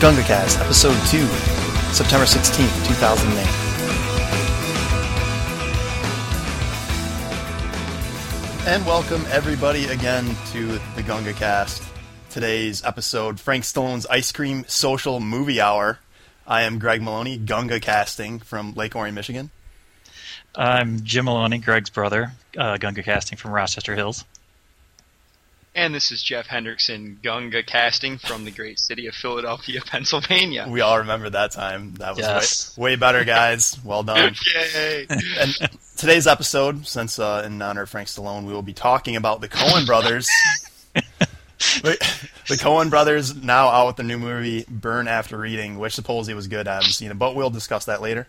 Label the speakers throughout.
Speaker 1: GungaCast, Episode 2, September 16th, 2008. And welcome, everybody, again to the GungaCast. Today's episode, Frank Stallone's Ice Cream Social Movie Hour. I am Greg Maloney, Gunga Casting from Lake Orion, Michigan.
Speaker 2: I'm Jim Maloney, Greg's brother, uh, Gunga Casting from Rochester Hills.
Speaker 3: And this is Jeff Hendrickson, Gunga casting from the great city of Philadelphia, Pennsylvania.
Speaker 1: We all remember that time. That was
Speaker 2: Yes.
Speaker 1: way, way better, guys. Well done.
Speaker 3: Yay!
Speaker 1: and today's episode, since uh, in honor of Frank Stallone, we will be talking about the Cohen brothers. Wait, the Cohen brothers now out with the new movie Burn After Reading, which supposedly was good. I haven't seen it, but we'll discuss that later.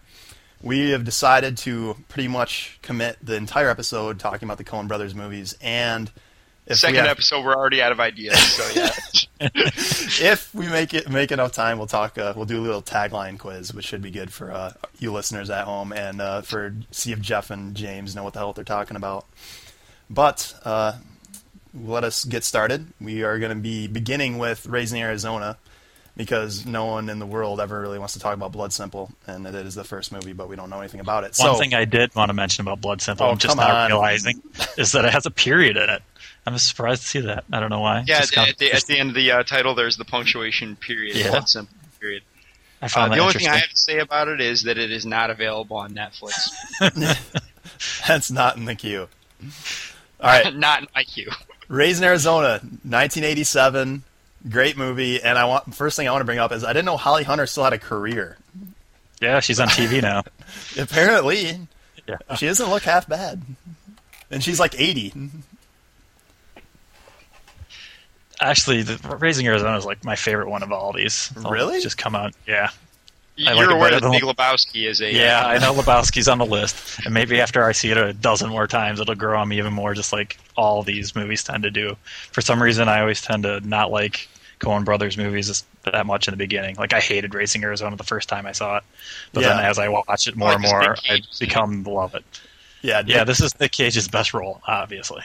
Speaker 1: We have decided to pretty much commit the entire episode talking about the Cohen brothers movies, and if
Speaker 3: Second
Speaker 1: we have,
Speaker 3: episode, we're already out of ideas. So yeah,
Speaker 1: if we make it make enough time, we'll talk. Uh, we'll do a little tagline quiz, which should be good for uh, you listeners at home and uh, for see if Jeff and James know what the hell they're talking about. But uh, let us get started. We are going to be beginning with raising Arizona because no one in the world ever really wants to talk about Blood Simple, and it is the first movie, but we don't know anything about it.
Speaker 2: One
Speaker 1: so
Speaker 2: thing I did want to mention about Blood Simple,
Speaker 1: Oh,
Speaker 2: I'm just
Speaker 1: come
Speaker 2: not
Speaker 1: on.
Speaker 2: realizing, is that it has a period in it. I'm surprised to see that. I don't know why.
Speaker 3: yeah.
Speaker 2: Just
Speaker 3: at,
Speaker 2: kind of-
Speaker 3: at the, at the end of the uh, title, there's the punctuation period.
Speaker 2: Yeah.
Speaker 3: Blood simple period.
Speaker 2: I
Speaker 3: Uh,
Speaker 2: found
Speaker 3: the
Speaker 2: that
Speaker 3: only thing I
Speaker 2: interesting.
Speaker 3: have to say about it is that it is not available on Netflix.
Speaker 1: that's not in the queue. All right,
Speaker 3: not in IQ.
Speaker 1: Raised in Arizona, 1987, great movie. And I want first thing I want to bring up is I didn't know Holly Hunter still had a career.
Speaker 2: yeah, she's on TV now.
Speaker 1: Apparently,
Speaker 2: Yeah.
Speaker 1: she doesn't look half bad, and she's like 80.
Speaker 2: Actually, the, Raising Arizona is like my favorite one of all these. They'll
Speaker 1: Really?
Speaker 2: Just come out. Yeah.
Speaker 3: You're
Speaker 2: like it
Speaker 3: aware
Speaker 2: better
Speaker 3: that
Speaker 2: than-
Speaker 3: Big Lebowski is a uh,
Speaker 2: Yeah, I know Lebowski's on the list, and maybe after I see it a dozen more times, it'll grow on me even more, just like all these movies tend to do. For some reason, I always tend to not like Coen Brothers movies as- that much in the beginning. Like I hated Racing Arizona the first time I saw it, but then
Speaker 1: Yeah.
Speaker 2: as I watch it more
Speaker 3: Like
Speaker 2: and
Speaker 3: this
Speaker 2: more,
Speaker 3: big
Speaker 2: I
Speaker 3: cage scene.
Speaker 2: become to love it.
Speaker 1: Yeah,
Speaker 2: Yeah,
Speaker 1: Nick-
Speaker 2: this is Nick Cage's best role, obviously.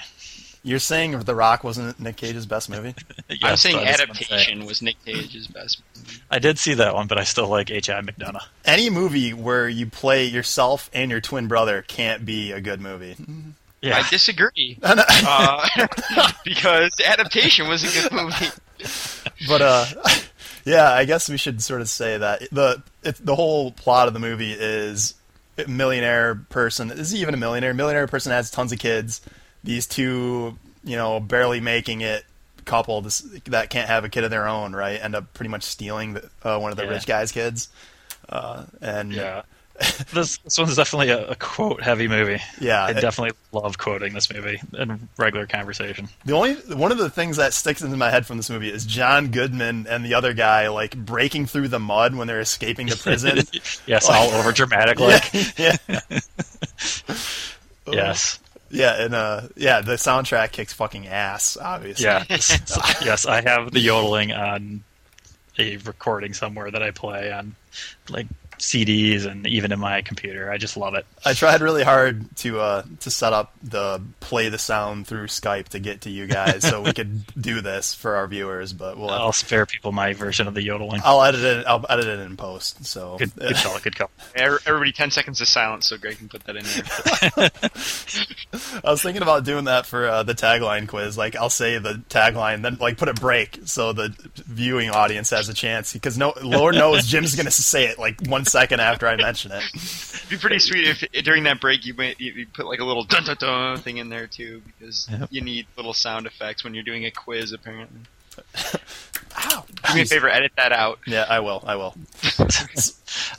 Speaker 1: you're saying The Rock wasn't Nick Cage's best movie?
Speaker 3: I'm
Speaker 2: Yes,
Speaker 3: saying
Speaker 2: that is what I'm saying.
Speaker 3: adaptation was Nick Cage's best.
Speaker 2: I did see that one, but I still like H.I. McDonough.
Speaker 1: Any movie where you play yourself and your twin brother can't be a good movie.
Speaker 2: Yeah,
Speaker 3: I disagree uh, because adaptation was a good movie.
Speaker 1: but uh yeah i guess we should sort of say that the it, the whole plot of the movie is a millionaire person is he even a millionaire millionaire person has tons of kids these two you know barely making it couple this, that can't have a kid of their own right end up pretty much stealing the, uh, one of the
Speaker 2: Yeah.
Speaker 1: rich guy's kids uh, and
Speaker 2: yeah. this this one's definitely a, a quote heavy movie.
Speaker 1: Yeah,
Speaker 2: I
Speaker 1: it-
Speaker 2: definitely love quoting this movie in regular conversation.
Speaker 1: The only one of the things that sticks into my head from this movie is John Goodman and the other guy like breaking through the mud when they're escaping the prison.
Speaker 2: yes, all over dramatic like
Speaker 1: yeah. Oh.
Speaker 2: yes.
Speaker 1: Yeah, and uh, yeah, the soundtrack kicks fucking ass, obviously.
Speaker 2: Yeah. yes, I have the yodeling on a recording somewhere that I play on like CDs and even in my computer. I just love it.
Speaker 1: I tried really hard to uh, to set up the play the sound through Skype to get to you guys, so we could do this for our viewers. But we'll
Speaker 2: I'll spare people my version of the yodeling.
Speaker 1: I'll edit it. I'll edit it in post. So
Speaker 2: Good, good call, good call.
Speaker 3: Every- Everybody, ten seconds of silence, so Greg can put that in there.
Speaker 1: I was thinking about doing that for uh, the tagline quiz. Like I'll say the tagline, then like put a break so the viewing audience has a chance because no, Lord knows Jim's gonna say it like one second after I mention it.
Speaker 3: It'd be pretty sweet if during that break you went, you, you put like a little dun dun dun thing in there too, because
Speaker 2: Yep.
Speaker 3: you need little sound effects when you're doing a quiz. Apparently,
Speaker 1: Ow.
Speaker 3: do me a favor, edit that out.
Speaker 1: Yeah, I will. I will.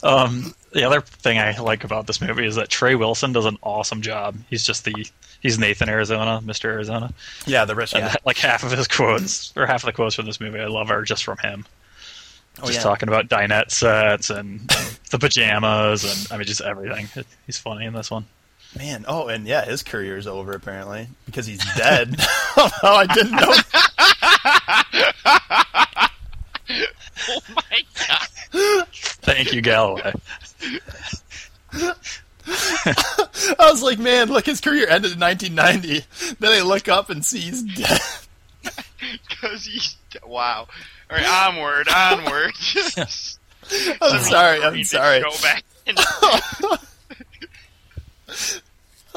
Speaker 2: Um, the other thing I like about this movie is that Trey Wilson does an awesome job. He's just the he's Nathan Arizona, Mr. Arizona.
Speaker 1: Yeah, the rich.
Speaker 2: And
Speaker 1: guy.
Speaker 2: like half of his quotes or half of the quotes from this movie I love are just from him.
Speaker 1: Oh,
Speaker 2: just
Speaker 1: yeah.
Speaker 2: talking about dinette sets and the pajamas and I mean just everything. He's funny in this one.
Speaker 1: Man, oh, and yeah, his career's over apparently because he's dead. oh, I didn't know.
Speaker 3: Oh my god!
Speaker 2: Thank you, Galloway.
Speaker 1: I was like, man, look, his career ended in 1990. Then I look up and see he's dead.
Speaker 3: because he's wow. All right, onward, onward.
Speaker 1: I'm sorry.
Speaker 3: We
Speaker 1: I'm
Speaker 3: need to
Speaker 1: sorry.
Speaker 3: Go back. And,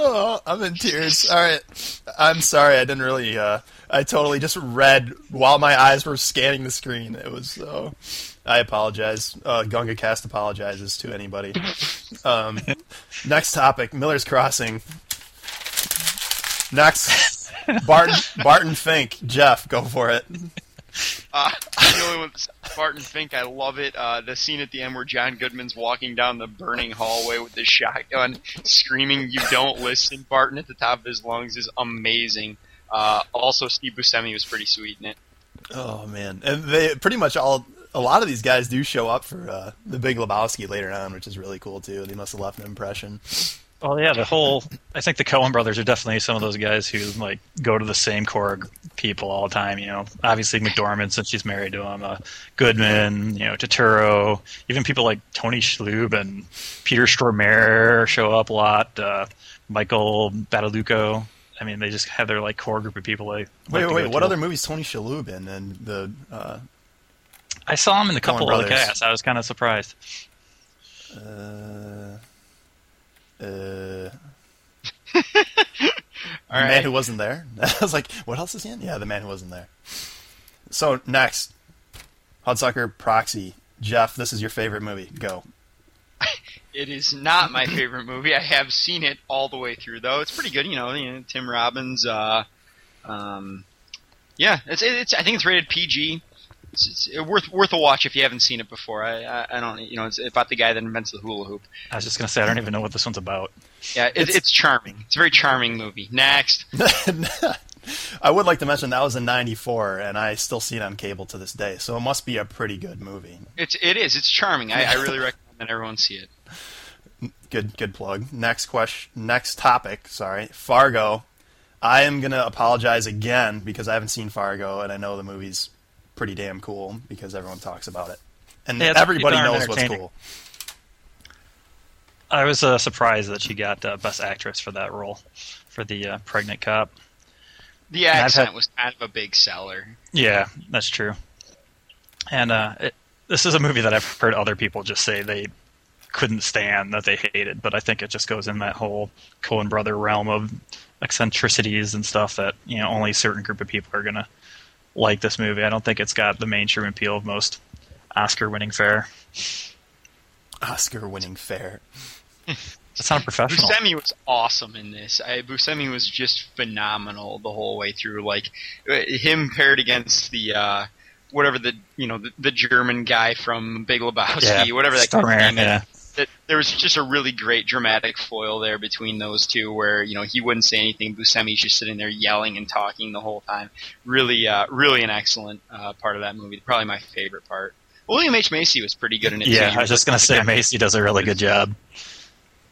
Speaker 1: Oh, I'm in tears. All right. I'm sorry. I didn't really. Uh, I totally just read while my eyes were scanning the screen. It was so. I apologize. Uh, Gunga Cast apologizes to anybody. Um, next topic: Miller's Crossing. Next, Barton Barton Fink. Jeff, go for it.
Speaker 3: uh, I'm the only one that's Barton Fink. I love it. Uh, the scene at the end where John Goodman's walking down the burning hallway with his shotgun, screaming "You don't listen, Barton!" at the top of his lungs is amazing. Uh, also, Steve Buscemi was pretty sweet in it.
Speaker 1: Oh man, and they pretty much all. A lot of these guys do show up for uh, the Big Lebowski later on, which is really cool too. They must have left an impression.
Speaker 2: Well, yeah, the whole. I think the Cohen brothers are definitely some of those guys who like go to the same core of people all the time. You know, obviously McDormand since she's married to him, uh, Goodman, you know, Totoro, even people like Tony Shalhoub and Peter Stormare show up a lot. Uh, Michael Badalucco. I mean, they just have their like core group of people. They
Speaker 1: Wait,
Speaker 2: like to
Speaker 1: wait,
Speaker 2: go
Speaker 1: wait. What
Speaker 2: to.
Speaker 1: other movies Tony Shalhoub in and the uh,
Speaker 2: I saw him in a
Speaker 1: Coen
Speaker 2: couple of the
Speaker 1: brothers?
Speaker 2: casts. I was kind of surprised.
Speaker 1: uh, uh,
Speaker 3: All
Speaker 1: man
Speaker 3: right.
Speaker 1: who wasn't there? I was like, what else is he in? Yeah, the man who wasn't there. So next, Hudsucker Proxy. Jeff, this is your favorite movie. Go.
Speaker 3: It is not my favorite movie. I have seen it all the way through, though. It's pretty good, you know. You know Tim Robbins. Uh, um, yeah, it's, it's. I think it's rated PG. It's, it's it- worth worth a watch if you haven't seen it before. I I, I don't you know it's about the guy that invents the hula hoop.
Speaker 2: I was just gonna say I don't even know what this one's about.
Speaker 3: Yeah, it, it's,
Speaker 1: It's-
Speaker 3: charming. It's a very charming movie. Next,
Speaker 1: I would like to mention that was in '94, and I still see it on cable to this day. So it must be a pretty good movie.
Speaker 3: it's it is it's charming. I, I really recommend that everyone see it.
Speaker 1: Good, good plug. Next question. Next topic. Sorry, Fargo. I am gonna apologize again because I haven't seen Fargo, and I know the movie's pretty damn cool because everyone talks about it, and
Speaker 2: Yeah, it's
Speaker 1: everybody
Speaker 2: pretty darn
Speaker 1: knows what's
Speaker 2: entertaining.
Speaker 1: cool.
Speaker 2: I was uh, surprised that she got uh, best actress for that role, for the uh, pregnant cop.
Speaker 3: The
Speaker 2: I've
Speaker 3: accent
Speaker 2: had-
Speaker 3: was kind of a big seller.
Speaker 2: Yeah, that's true. And uh, it, this is a movie that I've heard other people just say they couldn't stand, that they hated, but I think it just goes in that whole Coen brother realm of eccentricities and stuff that you know only a certain group of people are gonna like this movie. I don't think it's got the mainstream appeal of most Oscar-winning fare.
Speaker 1: Oscar-winning fair.
Speaker 2: That's not professional.
Speaker 3: Buscemi was awesome in this. I, Buscemi was just phenomenal the whole way through. Like uh, him paired against the uh, whatever the you know the, the German guy from Big Lebowski, whatever that guy's
Speaker 2: Stormare,
Speaker 3: name is.
Speaker 2: yeah.
Speaker 3: That- There was just a really great dramatic foil there between those two, where you know he wouldn't say anything. Buscemi's just sitting there yelling and talking the whole time. Really, uh, really an excellent uh, part of that movie. Probably my favorite part. William H Macy was pretty good in it.
Speaker 2: Yeah,
Speaker 3: too.
Speaker 2: I was just gonna say Macy does a really good job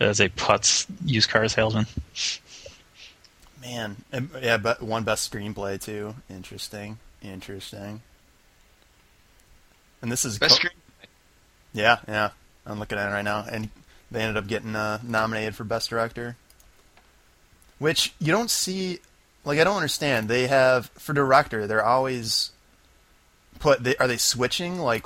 Speaker 2: as a putz used car salesman.
Speaker 1: Man, and, yeah, but one best screenplay too. Interesting, interesting. And this is
Speaker 3: Best
Speaker 1: co-
Speaker 3: screen-
Speaker 1: yeah, yeah. I'm looking at it right now, and they ended up getting uh, nominated for best director, which you don't see. Like I don't understand. They have for director, they're always put. They, are they switching? Like,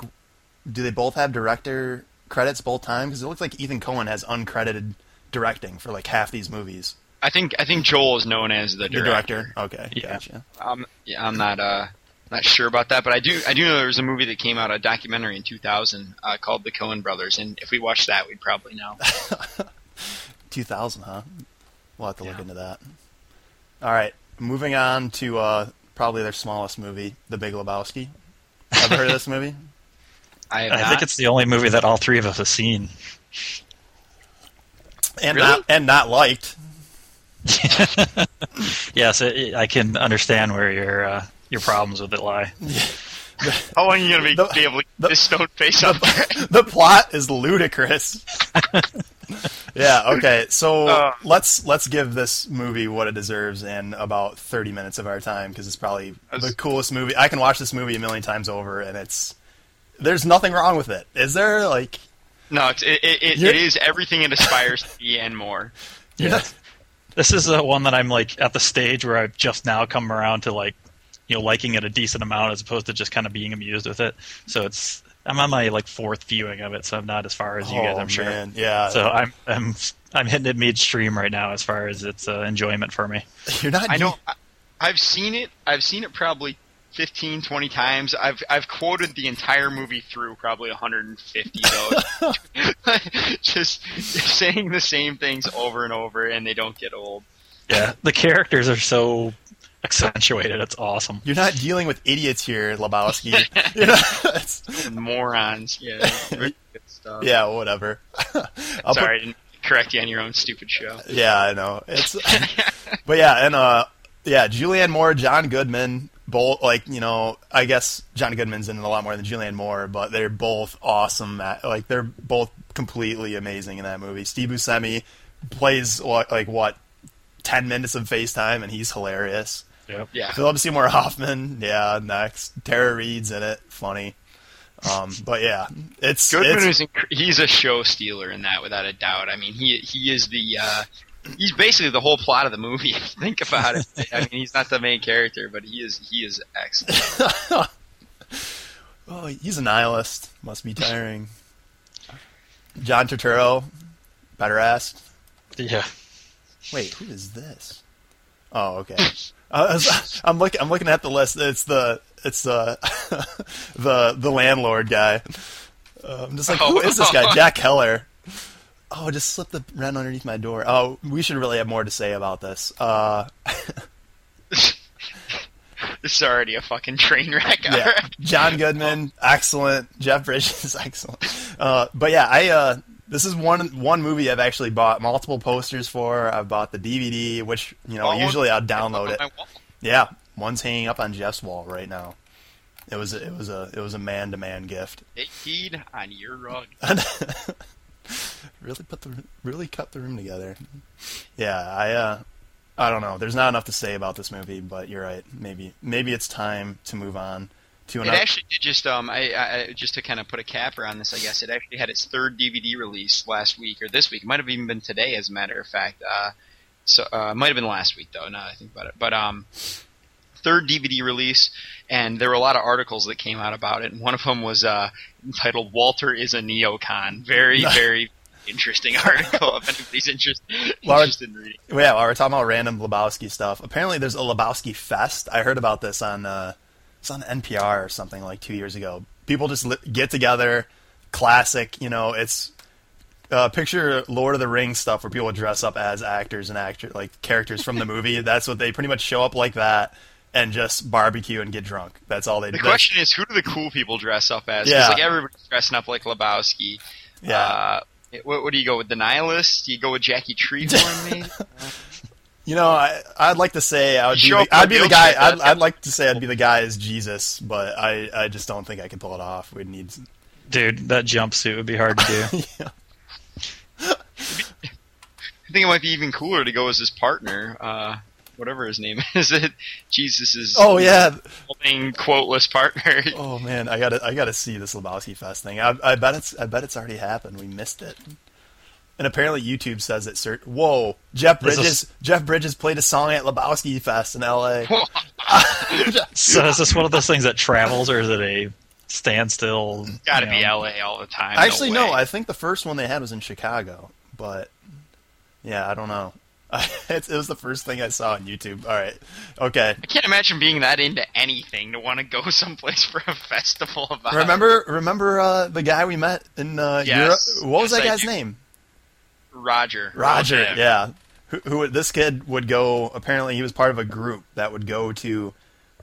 Speaker 1: do they both have director credits both times? Because it looks like Ethan Cohen has uncredited directing for like half these movies.
Speaker 3: I think I think Joel is known as the
Speaker 1: The
Speaker 3: director.
Speaker 1: director, okay,
Speaker 2: Yeah.
Speaker 1: gotcha.
Speaker 3: Um, yeah, I'm not uh, not sure about that, but I do I do know there was a movie that came out a documentary in 2000 uh, called The Coen Brothers, and if we watched that, we'd probably know.
Speaker 1: 2000, huh? We'll have to look
Speaker 3: Yeah.
Speaker 1: into that. All right, moving on to uh, probably their smallest movie, The Big Lebowski. Ever heard of this movie?
Speaker 3: I have
Speaker 2: I
Speaker 3: not.
Speaker 2: think it's the only movie that all three of us have seen.
Speaker 1: And
Speaker 3: Really?
Speaker 1: not and not liked.
Speaker 2: Yes, it, it- I can understand where your uh, your problems with it lie.
Speaker 3: how long are you gonna be,
Speaker 1: The-
Speaker 3: be able to
Speaker 1: the-
Speaker 3: get this stone face up?
Speaker 1: the plot is ludicrous. yeah. Okay. So
Speaker 3: Uh.
Speaker 1: let's let's give this movie what it deserves in about 30 minutes of our time because it's probably
Speaker 3: That's-
Speaker 1: the coolest movie. I can watch this movie a million times over, and it's there's nothing wrong with it. Is there? Like
Speaker 3: no, it's, it, it, it, it
Speaker 1: You're-
Speaker 3: is everything it aspires to be and more.
Speaker 1: you're
Speaker 2: This is the one that I'm like at the stage where I've just now come around to like you know liking it a decent amount as opposed to just kind of being amused with it. So it's I'm on my like fourth viewing of it, so I'm not as far as you guys,
Speaker 1: Oh,
Speaker 2: I'm sure.
Speaker 1: man, yeah.
Speaker 2: So I'm I'm I'm hitting it midstream right now as far as its uh, enjoyment for me.
Speaker 1: You're not.
Speaker 3: I know. I- I've seen it. I've seen it probably 15, 20 times. I've I've quoted the entire movie through probably 150 though. Just saying the same things over and over, and they don't get old.
Speaker 2: Yeah, the characters are so accentuated. It's awesome.
Speaker 1: You're not dealing with idiots here, Lebowski. You're not- it's-
Speaker 3: Morons. Yeah. Good stuff.
Speaker 1: yeah, whatever. I'll put-
Speaker 3: Sorry, I didn't correct you on your own stupid show.
Speaker 1: yeah, I know. It's, but yeah, and uh, yeah, Julianne Moore, John Goodman, both like you know, I guess John Goodman's in it a lot more than Julianne Moore, but they're both awesome. At, like they're both completely amazing in that movie. Steve Buscemi plays like, like what ten minutes of FaceTime, and he's hilarious.
Speaker 2: Yep.
Speaker 3: Yeah.
Speaker 1: Philip Seymour Hoffman, yeah, next. Tara Reid's in it, funny. Um, but yeah, it's
Speaker 3: Goodman
Speaker 1: it's,
Speaker 3: is inc- he's a show stealer in that without a doubt. I mean, he he is the uh, he's basically the whole plot of the movie. If you think about it. I mean, he's not the main character, but he is he is excellent.
Speaker 1: Oh, he's a nihilist. Must be tiring. John Turturro, better asked.
Speaker 2: Yeah.
Speaker 1: Wait, who is this? Oh, okay. I was, I'm looking. I'm looking at the list. It's the it's the the the landlord guy. Uh, I'm just like, who is this guy? Jack Keller. Oh, just slipped the rent underneath my door. Oh, we should really have more to say about this. Uh,
Speaker 3: It's already a fucking train wreck.
Speaker 1: yeah. John Goodman, excellent. Jeff Bridges, excellent. Uh, but yeah, I uh, this is one one movie I've actually bought multiple posters for. I've bought the DVD, which you know
Speaker 3: Oh,
Speaker 1: usually I'll
Speaker 3: I
Speaker 1: download
Speaker 3: love
Speaker 1: it.
Speaker 3: my wall.
Speaker 1: Yeah, one's hanging up on Jeff's wall right now. It was a, it was a it was a man to man gift.
Speaker 3: Take heed on your rug.
Speaker 1: Really put the really cut the room together. Yeah, I uh, I don't know. There's not enough to say about this movie, but you're right. Maybe maybe it's time to move on to
Speaker 3: It
Speaker 1: another.
Speaker 3: actually did just um I, I I- just to kind of put a capper on this I guess it actually had its third DVD release last week or this week it might have even been today as a matter of fact uh so uh it might have been last week though now that I think about it but um third DVD release and there were a lot of articles that came out about it and one of them was uh entitled Walter is a neocon very very interesting article if anybody's interest,
Speaker 1: Laura-
Speaker 3: interested in reading
Speaker 1: Well, yeah, while we're talking about random Lebowski stuff. Apparently, there's a Lebowski Fest. I heard about this on uh, it's on NPR or something like two years ago. People just li- get together, classic. You know, it's uh, picture Lord of the Rings stuff where people dress up as actors and actor like characters from the movie. That's what they pretty much show up like that and just barbecue and get drunk. That's all they
Speaker 3: the
Speaker 1: do.
Speaker 3: question is who do the cool people dress up as 'Cause,
Speaker 1: Yeah.
Speaker 3: like everybody's dressing up like Lebowski
Speaker 1: yeah,
Speaker 3: Uh, what, what do you go with? The Nihilist? You go with Jackie Treehorn, maybe?
Speaker 1: you know, I I'd like to say I would be
Speaker 3: Show
Speaker 1: the,
Speaker 3: up in
Speaker 1: I'd be
Speaker 3: a
Speaker 1: the guy.
Speaker 3: wheelchair,
Speaker 1: I'd,
Speaker 3: that's-
Speaker 1: I'd like to say I'd be the guy as Jesus, but I I just don't think I could pull it off. We'd need
Speaker 2: Dude, that jumpsuit would be hard to do.
Speaker 3: I think it might be even cooler to go as his partner, uh, whatever his name is. It Jesus's
Speaker 1: Oh yeah.
Speaker 3: loving, quoteless partner.
Speaker 1: Oh man, I gotta I gotta see this Lebowski Fest thing. I, I bet it's I bet it's already happened. We missed it. And apparently YouTube says it. Sir, whoa, Jeff
Speaker 2: This is-
Speaker 1: Bridges. Jeff Bridges played a song at Lebowski Fest in L.A.
Speaker 2: so is this one of those things that travels or is it a standstill?
Speaker 3: Got to
Speaker 2: you
Speaker 3: be
Speaker 2: know?
Speaker 3: L.A. all the time.
Speaker 1: Actually, no.
Speaker 3: way.
Speaker 1: I think the first one they had was in Chicago, but yeah, I don't know. It's it was the first thing I saw on YouTube. All right, okay.
Speaker 3: I can't imagine being that into anything to want to go someplace for a festival about.
Speaker 1: Remember, remember uh, the guy we met in uh,
Speaker 3: Yes.
Speaker 1: Europe? What was
Speaker 3: Yes,
Speaker 1: that
Speaker 3: I
Speaker 1: guy's
Speaker 3: do.
Speaker 1: name?
Speaker 3: Roger?
Speaker 1: Roger,
Speaker 3: Okay.
Speaker 1: yeah. Who, who this kid would go? Apparently, he was part of a group that would go to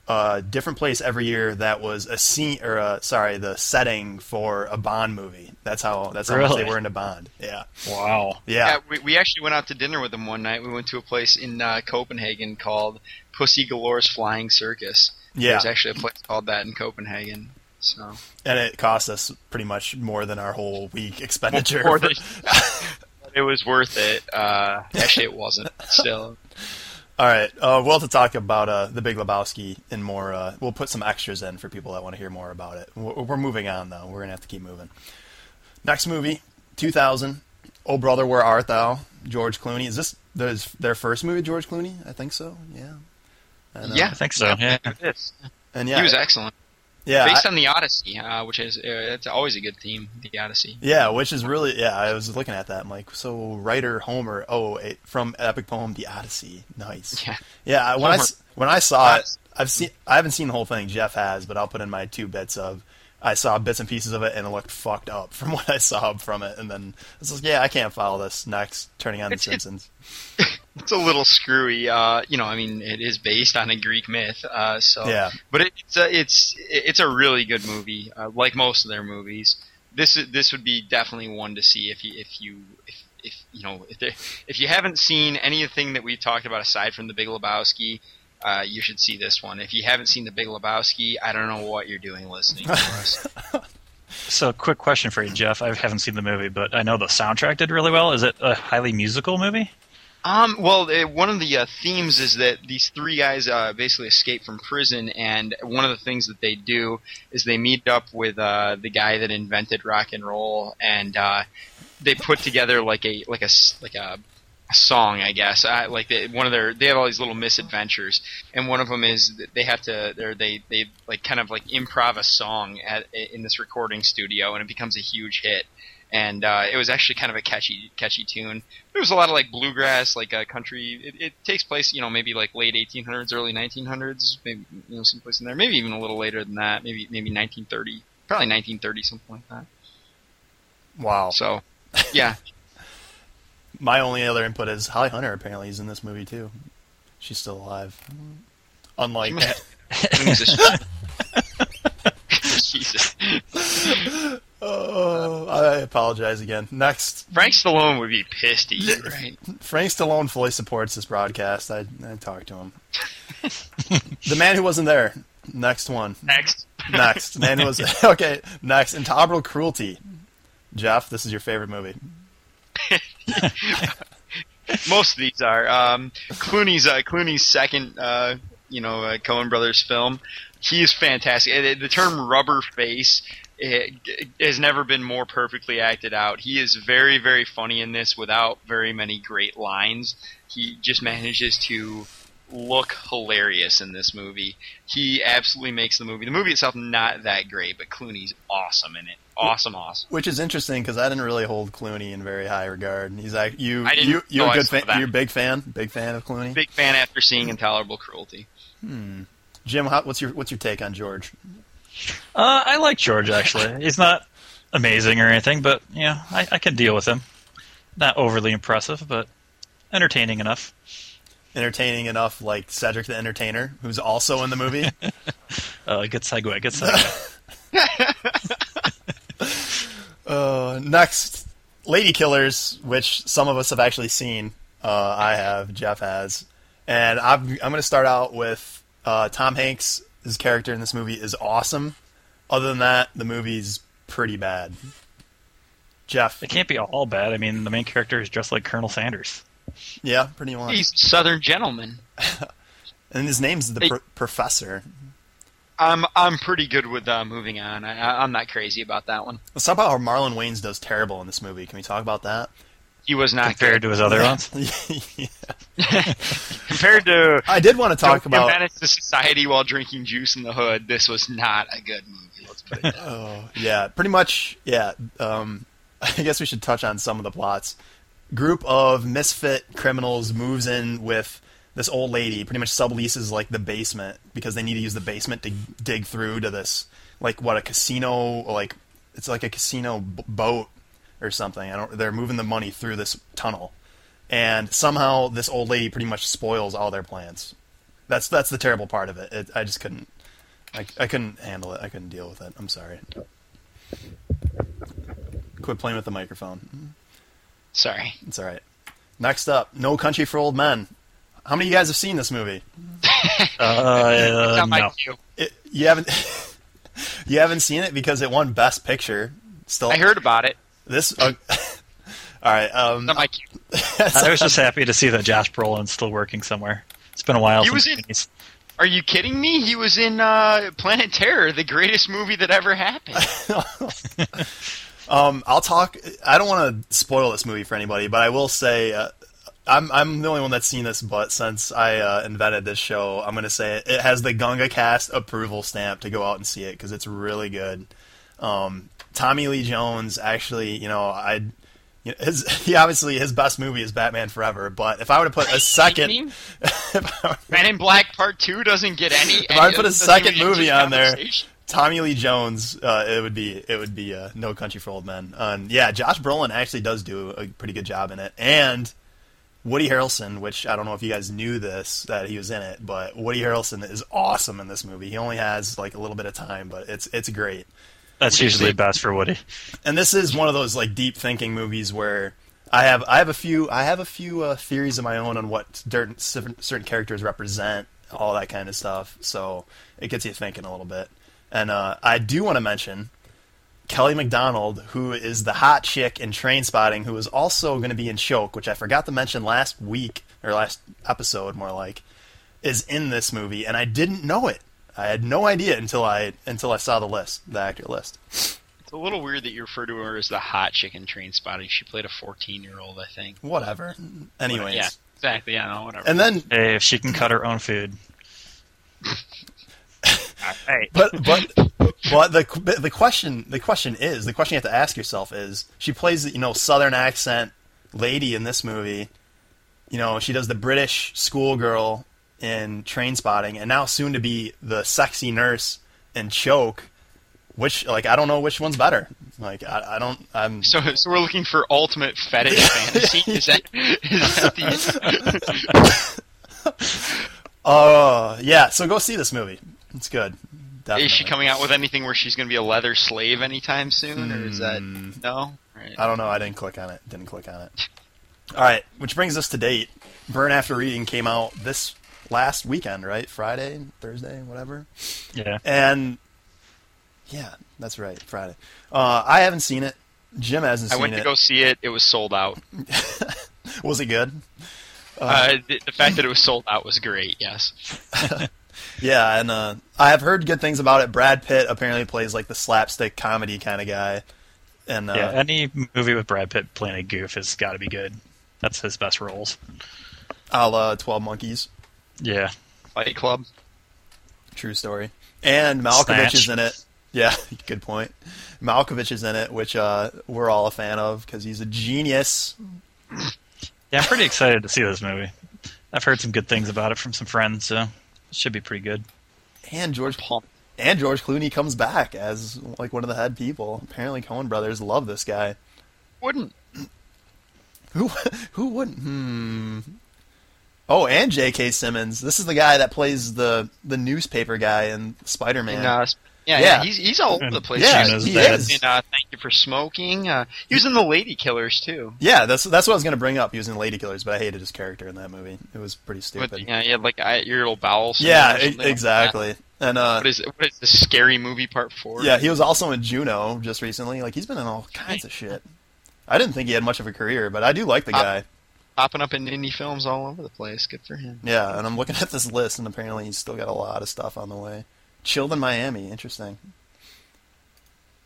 Speaker 1: a different place every year that was a scene or a, sorry, the setting for a Bond movie. That's how that's how much they
Speaker 2: Really?
Speaker 1: were into Bond. Yeah,
Speaker 2: Wow.
Speaker 1: yeah.
Speaker 3: we, we actually went out to dinner with him one night. We went to a place in uh, Copenhagen called Pussy Galore's Flying Circus.
Speaker 1: Yeah.
Speaker 3: There's actually a place called that in Copenhagen. So
Speaker 1: and it cost us pretty much more than our whole week expenditure.
Speaker 3: More than- it was worth it. Uh, actually, it wasn't. Still,
Speaker 1: All right, uh, well, to talk about uh, the Big Lebowski and more, uh, we'll put some extras in for people that want to hear more about it. We're, we're moving on though. We're gonna have to keep moving. Next movie, 2000. Oh brother, where art thou? George Clooney. Is this their, their first movie? George Clooney? I think so. Yeah. And, uh,
Speaker 3: yeah,
Speaker 2: I think so, yeah.
Speaker 3: It is.
Speaker 1: and yeah,
Speaker 3: He was excellent.
Speaker 1: yeah, I-
Speaker 3: Based on the Odyssey, uh, which is uh, it's always a good theme. The Odyssey.
Speaker 1: Yeah, which is really yeah. I was looking at that. I'm like, so writer Homer. Oh, it, from epic poem The Odyssey. Nice.
Speaker 3: Yeah.
Speaker 1: Yeah. I- When I
Speaker 3: Homer. Uh,
Speaker 1: s- when I saw it,
Speaker 3: Odyssey.
Speaker 1: I've seen. I haven't seen the whole thing. Jeff has, but I'll put in my two bits of. I saw bits and pieces of it, and it looked fucked up from what I saw from it. And then I was like, yeah, I can't follow this. Next, turning on The
Speaker 3: It's- it's-
Speaker 1: Simpsons.
Speaker 3: It's a little screwy. Uh, you know, I mean, it is based on a Greek myth. Uh, so
Speaker 1: Yeah.
Speaker 3: but it, it's a, it's it's a really good movie. Uh, like most of their movies, this is- this would be definitely one to see if you if you if, if you know if there- if you haven't seen anything that we talked about aside from The Big Lebowski. Uh, you should see this one. If you haven't seen The Big Lebowski, I don't know what you're doing listening to us.
Speaker 2: So, quick question for you, Jeff. I haven't seen the movie, but I know the soundtrack did really well. Is it a highly musical movie?
Speaker 3: Um, well, eh, one of the uh, themes is that these three guys uh, basically escape from prison, and one of the things that they do is they meet up with uh, the guy that invented rock and roll, and uh, they put together like a like a s- like a song, I guess. Uh, like they, one of their they have all these little misadventures, and one of them is that they have to they're, they they like kind of like improv a song at in this recording studio, and it becomes a huge hit. And uh, it was actually kind of a catchy catchy tune. There was a lot of like bluegrass, like uh, country. It, it takes place, you know, maybe like late 1800s, early 1900s, maybe you know, someplace in there. Maybe even a little later than that. Maybe maybe 1930, probably 1930, something like that.
Speaker 1: Wow.
Speaker 3: So, yeah,
Speaker 1: My only other input is Holly Hunter. Apparently, is in this movie too. She's still alive. Unlike
Speaker 3: Jesus.
Speaker 1: oh, I apologize again. Next,
Speaker 3: Frank Stallone would be pissed at you, right?
Speaker 1: Frank Stallone fully supports this broadcast. I, I talked to him. the man who wasn't there. Next one.
Speaker 3: Next.
Speaker 1: Next. Man who was okay. Next. Intolerable cruelty. Jeff, this is your favorite movie.
Speaker 3: Most of these are um, Clooney's. Uh, Clooney's second, uh, you know, uh, Coen Brothers film. He is fantastic. Uh, The term "rubber face" it, it has never been more perfectly acted out. He is very, very funny in this without very many great lines. He just manages to look hilarious in this movie. He absolutely makes the movie. The movie itself not that great, but Clooney's awesome in it. Awesome, awesome.
Speaker 1: Which is interesting because I didn't really hold Clooney in very high regard. He's like you.
Speaker 3: I didn't
Speaker 1: You you're a
Speaker 3: realize
Speaker 1: good fan.
Speaker 3: that.
Speaker 1: You're a big fan. Big fan of Clooney.
Speaker 3: Big fan after seeing Intolerable Cruelty.
Speaker 1: Jim, how, what's your what's your take on George?
Speaker 2: Uh, I like George actually. He's not amazing or anything, but you know, I, I can deal with him. Not overly impressive, but entertaining enough.
Speaker 1: Entertaining enough, like Cedric the Entertainer, who's also in the movie.
Speaker 2: Uh, good segue. Good segue.
Speaker 1: Uh, next, Lady Killers, which some of us have actually seen. Uh, I have, Jeff has, and I'm I'm going to start out with uh, Tom Hanks. His character in this movie is awesome. Other than that, the movie's pretty bad. Jeff,
Speaker 2: it can't be all bad. I mean, the main character is dressed like Colonel Sanders.
Speaker 1: yeah, pretty much.
Speaker 3: He's a Southern gentleman.
Speaker 1: and his name's the
Speaker 3: Hey.
Speaker 1: pr- professor.
Speaker 3: I'm I'm pretty good with uh, moving on. I- I, I'm not crazy about that one.
Speaker 1: Let's talk about how Marlon Wayans does terrible in this movie. Can we talk about that?
Speaker 3: He was not
Speaker 2: Compared
Speaker 3: compared
Speaker 2: to his other ones,
Speaker 3: good. compared to
Speaker 1: I did want to talk
Speaker 3: Tokyo
Speaker 1: about
Speaker 3: Menace to society while drinking juice in the hood. This was not a good movie. Let's put it that. way.
Speaker 1: Oh, yeah, pretty much. Yeah, um, I guess we should touch on some of the plots. Group of misfit criminals moves in with this old lady. Pretty much subleases like the basement because they need to use the basement to dig through to this like what a casino like it's like a casino b- boat or something. I don't. They're moving the money through this tunnel, and somehow this old lady pretty much spoils all their plans. That's that's the terrible part of it. it I just couldn't. I, I couldn't handle it. I couldn't deal with it. I'm sorry. Quit playing with the microphone.
Speaker 3: Sorry.
Speaker 1: It's all right. Next up, No Country for Old Men. How many of you guys have seen this movie?
Speaker 2: uh,
Speaker 3: Not my
Speaker 2: no.
Speaker 3: cue.
Speaker 1: It, you haven't. you haven't seen it because it won Best Picture. Still,
Speaker 3: I heard about it.
Speaker 1: this. Uh, all right. Um,
Speaker 3: Not my cue.
Speaker 2: I was just happy to see that Josh Brolin's still working somewhere. It's been a while
Speaker 3: He
Speaker 2: since
Speaker 3: was in-
Speaker 2: he's-
Speaker 3: Are you kidding me? He was in uh, Planet Terror, the greatest movie that ever happened.
Speaker 1: Um, I'll talk. I don't want to spoil this movie for anybody, but I will say uh, I'm I'm the only one that's seen this, but since I uh, invented this show, I'm gonna say it, it has the Gunga Cast approval stamp to go out and see it because it's really good. Um, Tommy Lee Jones, actually, you know, I you know, his he obviously his best movie is Batman Forever, but if I were to put a second,
Speaker 3: Evening?
Speaker 1: if I were-
Speaker 3: Man in Black Part Two doesn't get any.
Speaker 1: If I
Speaker 3: any-
Speaker 1: put a
Speaker 3: doesn't
Speaker 1: second
Speaker 3: even
Speaker 1: movie
Speaker 3: enter
Speaker 1: on there-
Speaker 3: conversation.
Speaker 1: Tommy Lee Jones, uh, it would be it would be uh, No Country for Old Men. Um, yeah, Josh Brolin actually does do a pretty good job in it, and Woody Harrelson, which I don't know if you guys knew this that he was in it, but Woody Harrelson is awesome in this movie. He only has like a little bit of time, but it's it's great.
Speaker 2: That's
Speaker 3: Woody
Speaker 2: usually
Speaker 3: Harrelson.
Speaker 2: best for Woody.
Speaker 1: And this is one of those like deep thinking movies where I have I have a few I have a few uh, theories of my own on what certain certain characters represent, all that kind of stuff. So it gets you thinking a little bit. And uh, I do want to mention Kelly McDonald, who is the hot chick in Train Spotting, who is also going to be in Choke, which I forgot to mention last week or last episode, more like, is in this movie, and I didn't know it. I had no idea until I until I saw the list, the actor list.
Speaker 3: It's a little weird that you refer to her as the hot chicken train spotting. She played a 14 year old, I think.
Speaker 1: Whatever. Anyways.
Speaker 3: Yeah, exactly. Yeah, no, whatever.
Speaker 1: And then,
Speaker 2: Hey, if she can cut her own food. All right.
Speaker 1: but but but the the question the question is the question you have to ask yourself is she plays you know southern accent lady in this movie, you know she does the British schoolgirl in Train Spotting, and now soon to be the sexy nurse in Choke. Which like I don't know which one's better. Like I, I don't I'm
Speaker 3: so, so we're looking for ultimate fetish fantasy. Is that, is that the
Speaker 1: oh yeah. So go see this movie. It's good. Definitely.
Speaker 3: Is she coming out with anything where she's going to be a leather slave anytime soon, or is that no? All right.
Speaker 1: Hmm. I don't know. I didn't click on it. Didn't click on it. All right, which brings us to date. Burn After Reading came out this last weekend, right? Friday, Thursday, whatever.
Speaker 2: Yeah.
Speaker 1: And yeah, that's right, Friday. Uh, I haven't seen it. Jim hasn't
Speaker 3: I
Speaker 1: seen
Speaker 3: went
Speaker 1: it.
Speaker 3: to go see it. It was sold out.
Speaker 1: Was it good?
Speaker 3: Uh, the, the fact that it was sold out was great. Yes.
Speaker 1: Yeah, and uh, I have heard good things about it. Brad Pitt apparently plays like the slapstick comedy kind of guy, and uh,
Speaker 2: Yeah, any movie with Brad Pitt playing a goof has got to be good. That's his best roles.
Speaker 1: a la Twelve Monkeys.
Speaker 2: Yeah.
Speaker 3: Fight Club.
Speaker 1: True story. And Malkovich
Speaker 2: Snatch.
Speaker 1: is in it. Yeah, good point. Malkovich is in it, which uh, we're all a fan of because he's a genius.
Speaker 2: Yeah, I'm pretty excited to see this movie. I've heard some good things about it from some friends, so it should be pretty good.
Speaker 1: And George
Speaker 3: Paul.
Speaker 1: and George Clooney comes back as like one of the head people. Apparently, Cohen brothers love this guy.
Speaker 3: Wouldn't.
Speaker 1: Who who wouldn't? Hmm. Oh, and J.K. Simmons. This is the guy that plays the the newspaper guy in Spider Man.
Speaker 3: And, uh, yeah, yeah,
Speaker 1: Yeah.
Speaker 3: He's he's all over the place.
Speaker 1: Yeah,
Speaker 3: He's-
Speaker 1: he
Speaker 3: he's
Speaker 1: is.
Speaker 3: In, uh, Thank you for smoking. Uh, he was in the Lady Killers too.
Speaker 1: yeah, that's that's what I was gonna bring up. He was in Lady Killers, but I hated his character in that movie. It was pretty stupid.
Speaker 3: With, yeah, he had like I, your little bowels.
Speaker 1: yeah, e- exactly. And uh,
Speaker 3: What is what is the scary movie part four?
Speaker 1: Yeah, he was also in Juno just recently. Like he's been in all kinds of shit. I didn't think he had much of a career, but I do like the
Speaker 3: Uh,
Speaker 1: guy.
Speaker 3: popping up in indie films all over the place. Good for him.
Speaker 1: Yeah, and I'm looking at this list, and apparently he's still got a lot of stuff on the way. Chilled in Miami, interesting.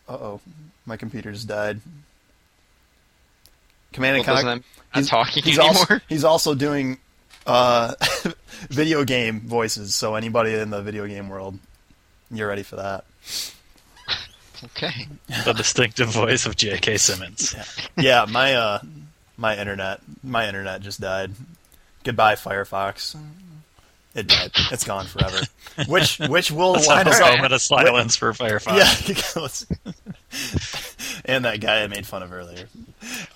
Speaker 1: Uh oh, my computer just died. Command and
Speaker 3: Well, doesn't
Speaker 1: Conquer.
Speaker 3: I'm not talking
Speaker 1: he's
Speaker 3: anymore.
Speaker 1: Also, he's also doing uh, video game voices. So anybody in the video game world, you're ready for that.
Speaker 3: Okay.
Speaker 1: Um,
Speaker 2: The distinctive voice of J.K. Simmons.
Speaker 1: yeah, my uh, my internet, my internet just died. Goodbye, Firefox. It died. It's gone forever. Which which will
Speaker 2: That's
Speaker 1: line
Speaker 2: not
Speaker 1: us
Speaker 2: a
Speaker 1: up.
Speaker 2: moment of silence for Firefox.
Speaker 1: Yeah, let's- and that guy I made fun of earlier.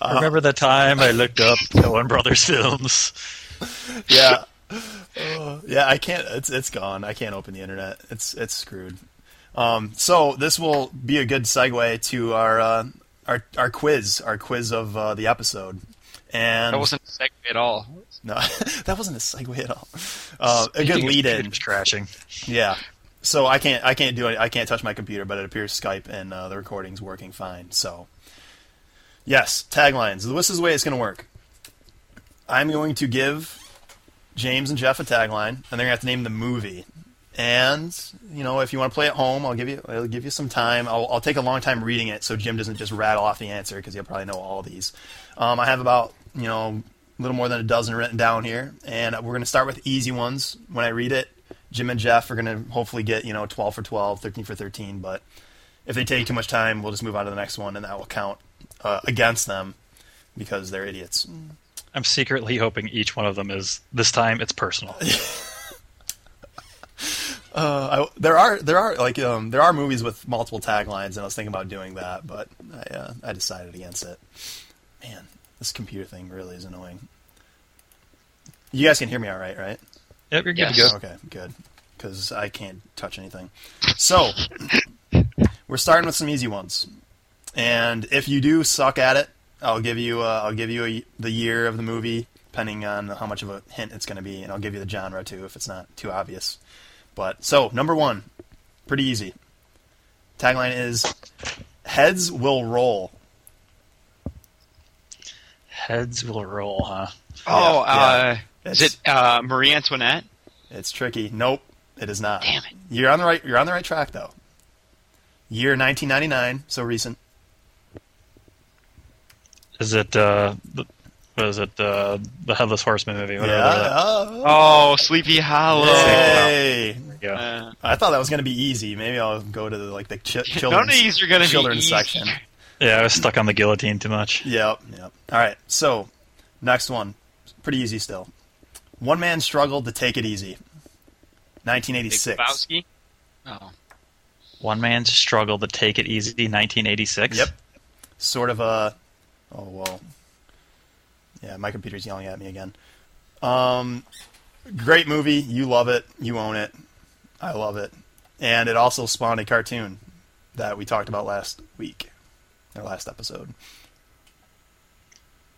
Speaker 1: Uh,
Speaker 2: Remember the time I looked up Coen Brothers films?
Speaker 1: yeah, Oh, yeah. I can't. It's it's gone. I can't open the internet. It's it's screwed. Um, so this will be a good segue to our uh, our our quiz, our quiz of uh, the episode. And
Speaker 3: That wasn't a segue at all.
Speaker 1: No, that wasn't a segue at all. Uh, a good
Speaker 2: Speaking of
Speaker 1: lead in,
Speaker 2: computers crashing.
Speaker 1: yeah. So I can't, I can't do it. I can't touch my computer, but it appears Skype and uh, the recording's working fine. So, yes, taglines. This is the way it's going to work. I'm going to give James and Jeff a tagline, and they're going to have to name the movie. And you know, if you want to play at home, I'll give you, I'll give you some time. I'll, I'll take a long time reading it, so Jim doesn't just rattle off the answer because he'll probably know all these. Um, I have about you know a little more than a dozen written down here, and we're going to start with easy ones. When I read it, Jim and Jeff are going to hopefully get you know 12 for 12, 13 for 13. But if they take too much time, we'll just move on to the next one, and that will count uh, against them because they're idiots.
Speaker 2: I'm secretly hoping each one of them is this time it's personal.
Speaker 1: Uh, I, there are there are like um, there are movies with multiple taglines, and I was thinking about doing that, but I uh, I decided against it. Man, this computer thing really is annoying. You guys can hear me all right, right?
Speaker 2: Yep, you're good
Speaker 3: Yes.
Speaker 2: to go.
Speaker 1: Okay, good. Because I can't touch anything. So, we're starting with some easy ones, and if you do suck at it, I'll give you uh, I'll give you a, the year of the movie, depending on how much of a hint it's going to be, and I'll give you the genre too if it's not too obvious. But so number one, pretty easy. Tagline is "Heads will roll."
Speaker 2: Heads will roll, huh?
Speaker 3: Oh,
Speaker 1: Yeah,
Speaker 3: uh,
Speaker 1: yeah.
Speaker 3: is it uh, Marie Antoinette?
Speaker 1: It's tricky. Nope, it is not.
Speaker 3: Damn it.
Speaker 1: You're on the right. You're on the right track though. Year 1999, so recent.
Speaker 2: Is it uh the, what is it uh, the headless horseman movie? Whatever that-
Speaker 1: Yeah.
Speaker 3: Oh, Sleepy Hollow.
Speaker 1: Hey.
Speaker 2: yeah.
Speaker 3: Uh,
Speaker 1: I thought that was gonna be easy. Maybe I'll go to the, like the ch- children's,
Speaker 3: none of these are going to be
Speaker 1: children's
Speaker 3: easy.
Speaker 1: section.
Speaker 2: yeah, I was stuck on the guillotine too much.
Speaker 1: Yep, yep. All right. So, next one, pretty easy still. One man struggled to take it easy.
Speaker 3: Big
Speaker 1: 1986.
Speaker 3: Lebowski? Oh.
Speaker 2: One man's struggle to take it easy, 1986.
Speaker 1: Yep. Sort of a. Oh whoa. Yeah, my computer's yelling at me again. Um, great movie. You love it. You own it. I love it. And it also spawned a cartoon that we talked about last week, our last episode.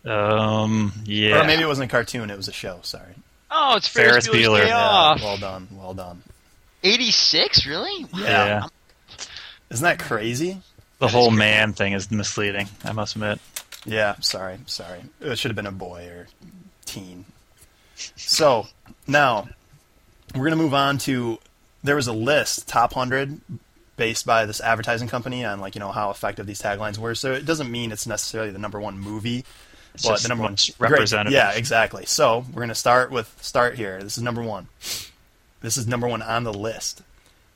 Speaker 2: Um. Yeah.
Speaker 1: Or maybe it wasn't a cartoon; it was a show. Sorry.
Speaker 3: oh, it's
Speaker 2: Ferris
Speaker 3: Ferris,
Speaker 2: Bueller.
Speaker 3: Bueller's Day
Speaker 2: Yeah,
Speaker 3: Off.
Speaker 1: Well done. Well done.
Speaker 3: 86, really? Wow.
Speaker 2: yeah.
Speaker 1: Yeah. Isn't that crazy?
Speaker 2: The whole man thing is misleading. I must admit.
Speaker 1: Yeah. Sorry. Sorry. It should have been a boy or teen. So now we're gonna move on to. There was a list top hundred based by this advertising company on like you know how effective these taglines were. So it doesn't mean it's necessarily the number one movie,
Speaker 2: It's
Speaker 1: but
Speaker 2: just
Speaker 1: the number one
Speaker 2: what's
Speaker 1: great.
Speaker 2: representative.
Speaker 1: Yeah, exactly. So we're gonna start with start here. This is number one. This is number one on the list.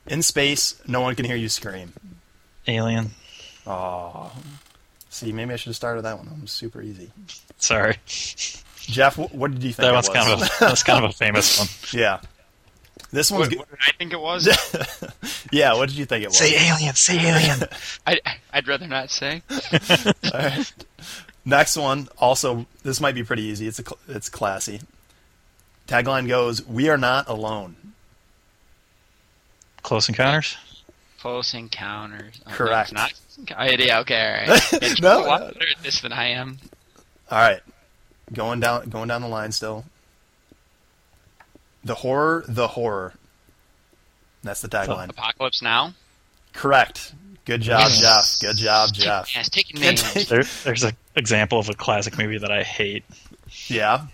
Speaker 1: In space, no one can hear you scream.
Speaker 2: Alien.
Speaker 1: Oh. See, maybe I should have started that one. That was super easy.
Speaker 2: Sorry.
Speaker 1: Jeff, wh- what did you think?
Speaker 2: That
Speaker 1: it
Speaker 2: one's
Speaker 1: was?
Speaker 2: kind of a, that's kind of a famous one.
Speaker 1: yeah. This one's
Speaker 3: What,
Speaker 1: good.
Speaker 3: what did I think it was?
Speaker 1: yeah. What did you think it was?
Speaker 2: alien. Say alien.
Speaker 3: I, I'd rather not say.
Speaker 1: All right. Next one. Also, this might be pretty easy. It's a cl- it's classy. Tagline goes, "We are not alone."
Speaker 2: Close Encounters.
Speaker 3: Close Encounters. Oh,
Speaker 1: Correct.
Speaker 3: it's Not, I, yeah, okay, all right. Yeah,
Speaker 1: No.
Speaker 3: you're a lot better at this than I am.
Speaker 1: All right. Going down going down the line still. The horror, the horror. That's the tagline.
Speaker 3: Apocalypse Now.
Speaker 1: Correct. Good job,
Speaker 3: Yes.
Speaker 1: Jeff. Good job, Jeff.
Speaker 3: Yes, taking names.
Speaker 2: There, there's an example of a classic movie that I hate.
Speaker 1: Yeah.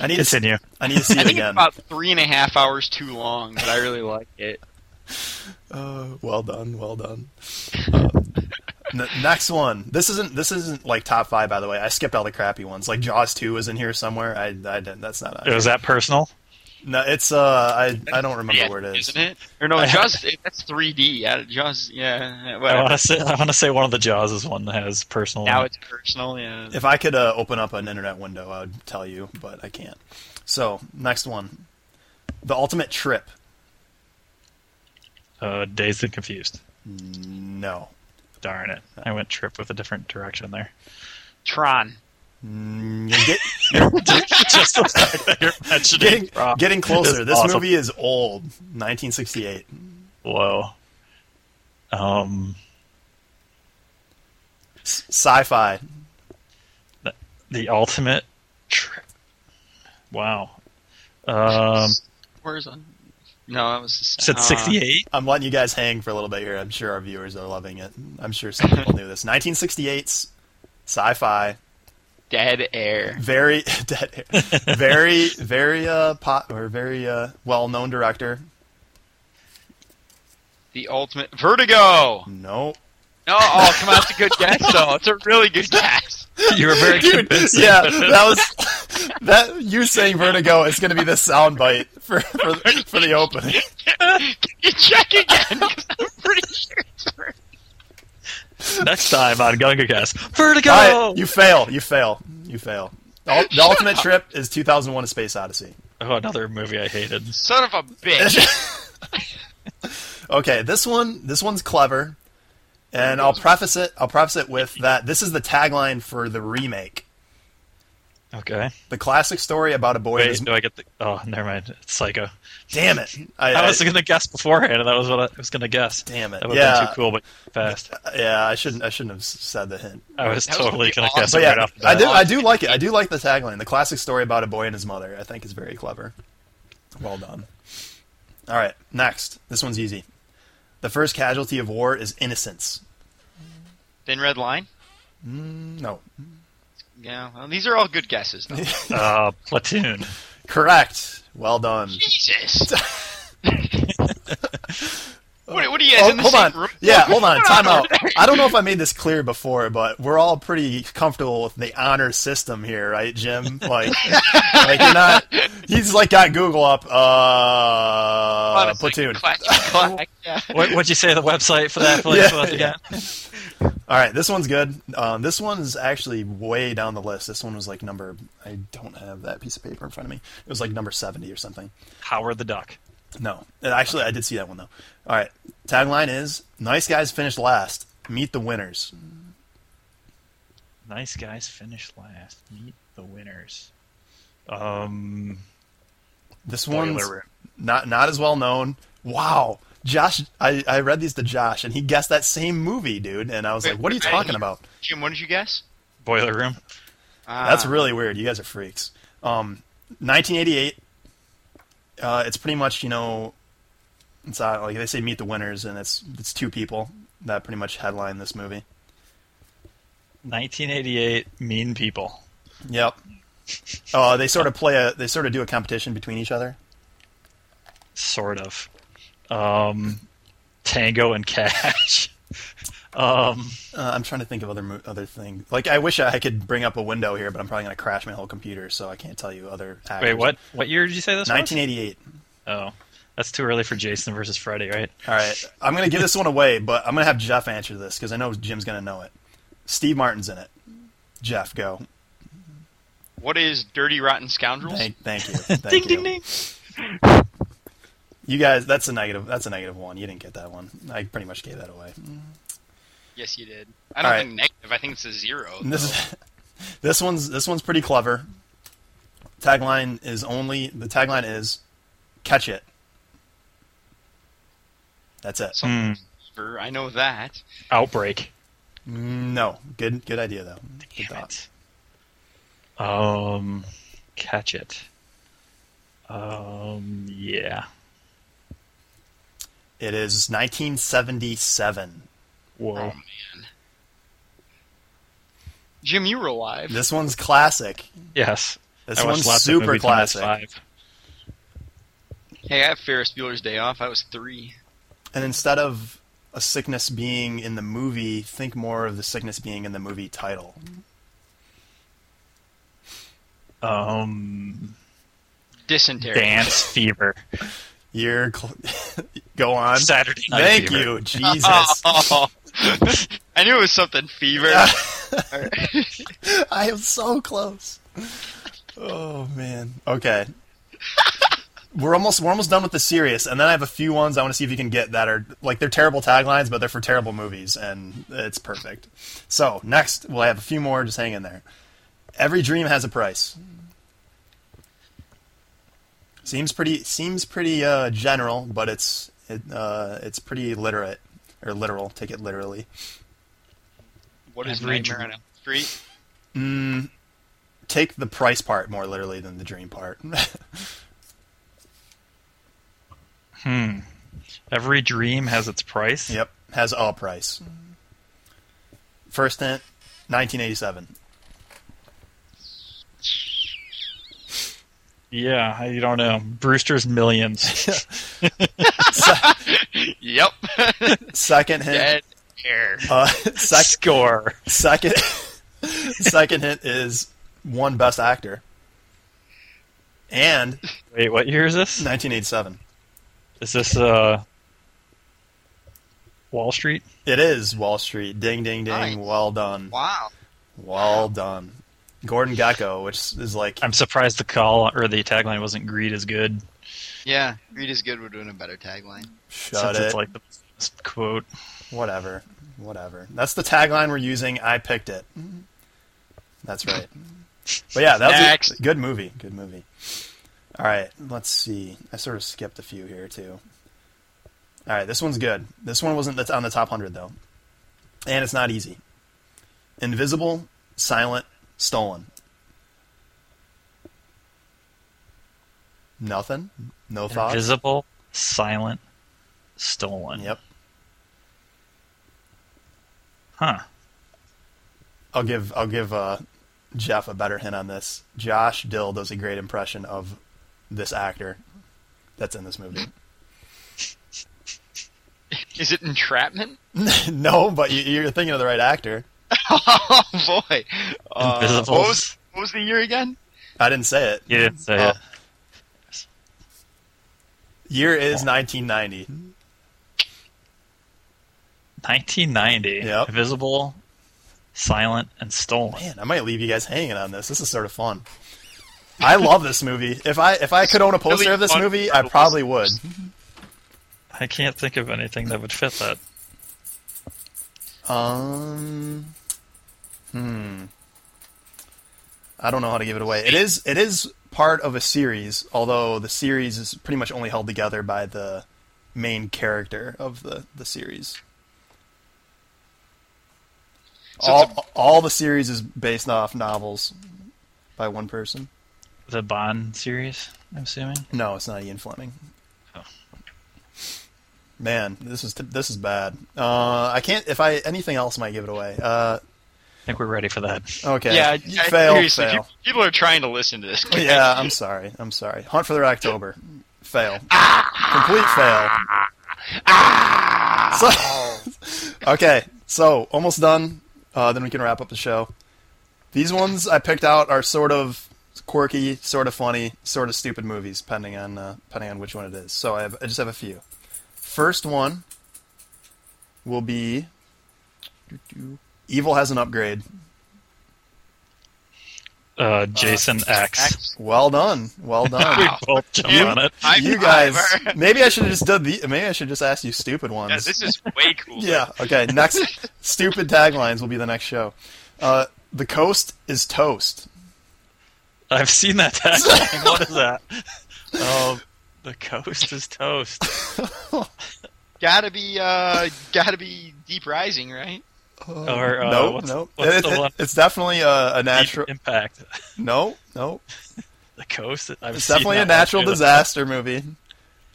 Speaker 1: I need to see,
Speaker 2: Continue.
Speaker 1: I need to see
Speaker 3: I
Speaker 1: it
Speaker 3: think it's
Speaker 1: again.
Speaker 3: about three and a half hours too long, but I really like it.
Speaker 1: Uh, well done, well done. Uh, n- next one. This isn't this isn't like top five, by the way. I skipped all the crappy ones. Like Jaws two is in here somewhere. I, I didn't. That's not. on
Speaker 2: It was
Speaker 1: here.
Speaker 2: that personal.
Speaker 1: No, it's uh. I I don't remember
Speaker 3: Yeah,
Speaker 1: where it is.
Speaker 3: isn't it? Or no, Jaws. that's 3D. Yeah, Jaws. Yeah,
Speaker 2: I
Speaker 1: Oh,
Speaker 3: whatever.
Speaker 2: want to say I want to say one of the Jaws is one that has personal.
Speaker 3: Now it's personal. Yeah.
Speaker 1: If I could uh, open up an internet window, I would tell you, but I can't. So next one, the ultimate trip.
Speaker 2: uh, Dazed and Confused.
Speaker 1: No,
Speaker 2: Darn it! I went trip with a different direction there.
Speaker 3: Tron.
Speaker 1: Mm, you're get-
Speaker 2: Just the fact that you're mentioning.
Speaker 1: getting, getting closer.
Speaker 2: It's
Speaker 1: This
Speaker 2: awesome.
Speaker 1: movie is old, 1968.
Speaker 2: Whoa. Um,
Speaker 1: S- sci-fi.
Speaker 2: the ultimate trip. Wow. Um,
Speaker 3: Where's on? No, that was. the-
Speaker 2: said
Speaker 3: uh,
Speaker 2: 68.
Speaker 1: I'm letting you guys hang for a little bit here. I'm sure our viewers are loving it. I'm sure some people knew this. 1968's sci-fi,
Speaker 3: Dead Air.
Speaker 1: very dead air. very very uh pot or very uh well-known director.
Speaker 3: The ultimate. Vertigo.
Speaker 1: No.
Speaker 3: No, oh, come on, it's a good guess though. It's a really good guess.
Speaker 2: You were very
Speaker 1: Dude,
Speaker 2: convincing.
Speaker 1: yeah, that was that you saying Vertigo is going to be the soundbite for, for for the opening.
Speaker 3: you check again? 'Cause I'm pretty sure it's Vertigo.
Speaker 2: Next time on Gunga Cast, Vertigo.
Speaker 1: All right, you fail. You fail. You fail. The, the ultimate trip is 2001: A Space Odyssey.
Speaker 2: oh, another movie I hated.
Speaker 3: Son of a bitch.
Speaker 1: okay, this one this one's clever, and I'll preface it. I'll preface it with that this is the tagline for the remake.
Speaker 2: Okay.
Speaker 1: The classic story about a boy. and
Speaker 2: Wait,
Speaker 1: his-
Speaker 2: do I get the? Oh, never mind. It's Psycho.
Speaker 1: damn it!
Speaker 2: I was gonna guess beforehand, and that was what I was gonna guess.
Speaker 1: Damn it.
Speaker 2: That would have been
Speaker 1: Yeah.
Speaker 2: too cool, but fast.
Speaker 1: yeah, I shouldn't. I shouldn't have said the hint.
Speaker 2: I was
Speaker 3: That was
Speaker 2: totally
Speaker 3: gonna
Speaker 2: gonna
Speaker 3: be
Speaker 2: guess
Speaker 3: awesome.
Speaker 1: But
Speaker 2: it
Speaker 1: yeah,
Speaker 2: right off the
Speaker 1: I
Speaker 2: bat.
Speaker 1: do. I do like it. I do like the tagline. The classic story about a boy and his mother. I think is very clever. Well done. All right, next. This one's easy. The first casualty of war is innocence. Mm,
Speaker 3: Thin red line.
Speaker 1: No,
Speaker 3: Yeah. Well, these are all good guesses. Though.
Speaker 2: Uh, Platoon.
Speaker 1: correct. Well done.
Speaker 3: Jesus. what, what are you guys
Speaker 1: Oh,
Speaker 3: in the
Speaker 1: hold
Speaker 3: same
Speaker 1: on.
Speaker 3: room?
Speaker 1: Yeah, hold on.
Speaker 3: Get
Speaker 1: Time out.
Speaker 3: of there.
Speaker 1: I don't know if I made this clear before, but we're all pretty comfortable with the honor system here, right, Jim? Like, like you're not. He's like got Google up. Uh,
Speaker 3: Honestly,
Speaker 1: platoon.
Speaker 3: clack, clack, yeah.
Speaker 2: What, what'd you say the website for that place
Speaker 1: Yeah,
Speaker 2: was again?
Speaker 1: All right, this one's good. Um, this one's actually way down the list. This one was like number. I don't have that piece of paper in front of me. It was like number seventy or something.
Speaker 2: Howard the Duck.
Speaker 1: No, actually, I did see that one though. All right, tagline is "Nice guys finish last. Meet the winners."
Speaker 2: Nice guys finish last. Meet the winners. Um,
Speaker 1: This
Speaker 2: Boiler
Speaker 1: one's
Speaker 2: Room.
Speaker 1: not not as well known. Wow, Josh, I, I read these to Josh and he guessed that same movie, dude. And I was
Speaker 3: Wait,
Speaker 1: like, "What are you
Speaker 3: I-
Speaker 1: talking about?"
Speaker 3: Jim, what did you guess?
Speaker 2: Boiler Room.
Speaker 3: Uh,
Speaker 1: That's really weird. You guys are freaks. Um, 1988. Uh, it's pretty much you know, it's uh, like they say meet the winners, and it's it's two people that pretty much headline this movie.
Speaker 2: 1988. Mean People.
Speaker 1: Yep. Uh, they sort of play a they sort of do a competition between each other.
Speaker 2: Sort of. Um, Tango and Cash. um,
Speaker 1: Uh, I'm trying to think of other mo- other things. Like I wish I could bring up a window here, but I'm probably gonna crash my whole computer, so I can't tell you other actors.
Speaker 2: wait, what? What year did you say this? was?
Speaker 1: 1988.
Speaker 2: Oh, that's too early for Jason versus Freddy, right?
Speaker 1: All right, I'm gonna give this one away, but I'm gonna have Jeff answer this because I know Jim's gonna know it. Steve Martin's in it. Jeff, go.
Speaker 3: What is Dirty Rotten Scoundrels?
Speaker 1: Thank, thank you. Thank you. You guys, that's a negative. That's a negative one. You didn't get that one. I pretty much gave that away.
Speaker 3: Yes, you did. I don't
Speaker 1: All
Speaker 3: think negative. I think it's a zero.
Speaker 1: And this is, this one's this one's pretty clever. Tagline is only the tagline is catch it. That's it.
Speaker 3: Something fever, I know that.
Speaker 2: Outbreak.
Speaker 1: No, good good idea though. Good
Speaker 2: Damn
Speaker 1: thought.
Speaker 2: it. Um, catch it. Um, yeah.
Speaker 1: It is 1977.
Speaker 2: Whoa.
Speaker 3: Oh man, Jim, you were alive.
Speaker 1: This one's classic.
Speaker 2: yes.
Speaker 1: This
Speaker 2: I watched
Speaker 1: one's
Speaker 2: lots of
Speaker 1: super
Speaker 2: movies when I was
Speaker 1: classic.
Speaker 2: five.
Speaker 3: Hey, I have Ferris Bueller's Day Off. I was three.
Speaker 1: And instead of a sickness being in the movie, think more of the sickness being in the movie title.
Speaker 2: Um,
Speaker 3: Dysentery.
Speaker 2: dance fever.
Speaker 1: You're cl- go on.
Speaker 2: Saturday night.
Speaker 1: Thank
Speaker 2: fever.
Speaker 1: you, Jesus.
Speaker 3: Oh, I knew it was something fever.
Speaker 1: I am so close. Oh man. Okay. We're almost we're almost done with the serious, and then I have a few ones I want to see if you can get that are like they're terrible taglines, but they're for terrible movies, and it's perfect. So next, we'll have a few more. Just hang in there. Every dream has a price. Seems pretty seems pretty uh, general, but it's it, uh, it's pretty literate or literal. Take it literally.
Speaker 3: What is
Speaker 2: Every
Speaker 3: Nightmare
Speaker 2: dream.
Speaker 3: on Elm Street?
Speaker 1: Mm, take the price part more literally than the dream part.
Speaker 2: Hmm. Every dream has its price.
Speaker 1: yep, has all price. First hint, 1987.
Speaker 2: Yeah, I don't know. Brewster's Millions.
Speaker 3: Yep.
Speaker 1: Second hint,
Speaker 3: Dead air.
Speaker 1: uh, sec-
Speaker 2: Score.
Speaker 1: second second hint is one best actor. And
Speaker 2: Wait, what year is this?
Speaker 1: 1987.
Speaker 2: Is this uh, Wall Street?
Speaker 1: It is Wall Street. Ding, ding, ding.
Speaker 3: Nice.
Speaker 1: Well done.
Speaker 3: Wow.
Speaker 1: Well done. Gordon Gecko, which is like
Speaker 2: I'm surprised the call or the tagline wasn't "Greed is good."
Speaker 3: Yeah, Greed is good would have been a better tagline.
Speaker 1: shut
Speaker 2: since
Speaker 1: it.
Speaker 2: it's like the best quote.
Speaker 1: whatever, whatever. That's the tagline we're using. I picked it. That's right. But yeah, that was a
Speaker 3: Next.
Speaker 1: good movie. Good movie. All right, let's see. I sort of skipped a few here too. All right, this one's good. This one wasn't that's on the top hundred though, and it's not easy. Invisible, silent, stolen. Nothing. No thoughts.
Speaker 2: Invisible, silent, stolen.
Speaker 1: Yep.
Speaker 2: Huh.
Speaker 1: I'll give I'll give uh, Jeff a better hint on this. Josh Dill does a great impression of this actor that's in this movie.
Speaker 3: Is it entrapment?
Speaker 1: no, but you, you're thinking of the right actor.
Speaker 3: oh boy. Uh,
Speaker 2: Invisible.
Speaker 3: what, was, what was the year again?
Speaker 1: I didn't say it.
Speaker 2: You didn't say
Speaker 3: Oh.
Speaker 2: it.
Speaker 1: Year is 1990.
Speaker 2: 1990.
Speaker 1: Yep.
Speaker 2: Invisible, silent, and stolen.
Speaker 1: Man, I might leave you guys hanging on this. This is sort of fun. I love this movie. If I if I could own a poster of this movie, I probably would.
Speaker 2: I can't think of anything that would fit that.
Speaker 1: Um, hmm. I don't know how to give it away. It is it is part of a series, although the series is pretty much only held together by the main character of the the series.
Speaker 3: So
Speaker 1: all,
Speaker 3: it's
Speaker 1: all the series is based off novels by one person.
Speaker 2: The Bond series, I'm assuming.
Speaker 1: No, it's not Ian Fleming.
Speaker 2: Oh.
Speaker 1: Man, this is this is bad. Uh, I can't. If I anything else, might give it away. Uh,
Speaker 2: I think we're ready for that.
Speaker 1: okay.
Speaker 3: Yeah,
Speaker 1: you
Speaker 3: I-
Speaker 1: fail.
Speaker 3: seriously,
Speaker 1: fail.
Speaker 3: peop- people are trying to listen to this.
Speaker 1: yeah, um, I'm sorry. I'm sorry. Hunt for the Red October. Fail. Complete fail.
Speaker 3: Ah!
Speaker 1: So, okay, so almost done. Uh, then we can wrap up the show. These ones I picked out are sort of quirky, sort of funny, sort of stupid movies, depending on uh, depending on which one it is. So I, have, I just have a few. First one will be Evil has an upgrade.
Speaker 2: Uh, Jason X.
Speaker 3: X.
Speaker 1: Well done. Well done.
Speaker 2: We both jumped
Speaker 3: You-
Speaker 2: Oh, on it.
Speaker 3: High
Speaker 1: you guys,
Speaker 3: five.
Speaker 1: maybe I should have just done the. Maybe I should just ask you stupid ones.
Speaker 3: Yeah, this is way cool.
Speaker 1: Yeah, Okay. Next, stupid taglines will be the next show. Uh, the coast is toast.
Speaker 2: I've seen that tagline. what is that? Oh, the coast is toast.
Speaker 3: Gotta be, uh, gotta be Deep Rising, right?
Speaker 2: Or uh,
Speaker 1: no,
Speaker 2: what's,
Speaker 1: no.
Speaker 2: what's
Speaker 1: It-
Speaker 2: the
Speaker 1: it-
Speaker 2: one?
Speaker 1: It's definitely a, a natural.
Speaker 2: Deep impact.
Speaker 1: No, no.
Speaker 2: The coast. I've
Speaker 1: It's
Speaker 2: seen
Speaker 1: definitely a
Speaker 2: that one,
Speaker 1: natural
Speaker 2: too.
Speaker 1: disaster movie.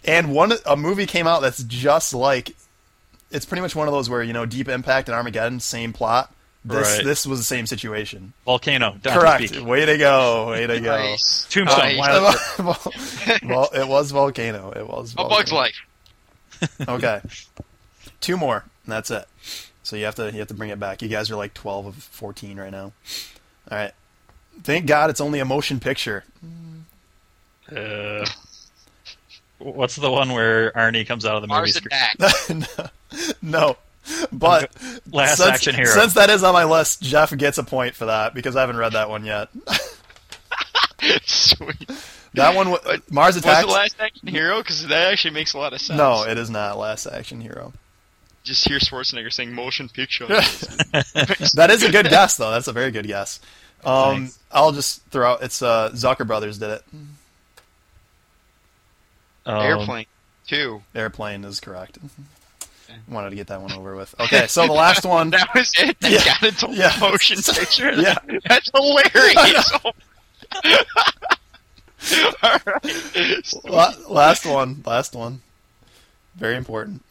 Speaker 1: And one a movie came out that's just like. It's pretty much one of those where you know Deep Impact and Armageddon, same plot. This
Speaker 2: Right.
Speaker 1: this was the same situation.
Speaker 2: Volcano. Down
Speaker 1: Correct.
Speaker 2: Beak.
Speaker 1: Way to go. Way to go.
Speaker 3: Nice.
Speaker 2: Tombstone,
Speaker 3: Nice.
Speaker 2: why-
Speaker 1: well, well, it was volcano. It was.
Speaker 3: A
Speaker 1: Volcano.
Speaker 3: Bug's Life.
Speaker 1: Okay, two more, and that's it. So you have to you have to bring it back. You guys are like twelve of fourteen right now. All right. Thank God it's only a motion picture.
Speaker 2: Uh, what's the one where Arnie comes out of the movie?
Speaker 3: Mars
Speaker 2: screen?
Speaker 3: Attack.
Speaker 1: no, but
Speaker 2: Last
Speaker 1: since,
Speaker 2: action hero.
Speaker 1: Since that is on my list, Jeff gets a point for that because I haven't read that one yet.
Speaker 3: Sweet.
Speaker 1: That one, wa- Mars
Speaker 3: Was
Speaker 1: Attacks.
Speaker 3: it Last Action Hero? Because that actually makes a lot of sense.
Speaker 1: no, it is not Last Action Hero.
Speaker 3: just hear Schwarzenegger saying motion picture.
Speaker 1: that is a good guess, though. That's a very good guess. Um,
Speaker 2: Thanks.
Speaker 1: I'll just throw out. It's uh, Zucker Brothers did it.
Speaker 2: Um,
Speaker 3: Airplane too.
Speaker 1: Airplane is correct. Wanted to get that one over with. Okay, so the last one.
Speaker 3: That was it. They
Speaker 1: Um, Yeah.
Speaker 3: got into
Speaker 1: Yeah.
Speaker 3: motion picture.
Speaker 1: Yeah.
Speaker 3: That's hilarious. All right.
Speaker 1: La- last one. Last one. Very important.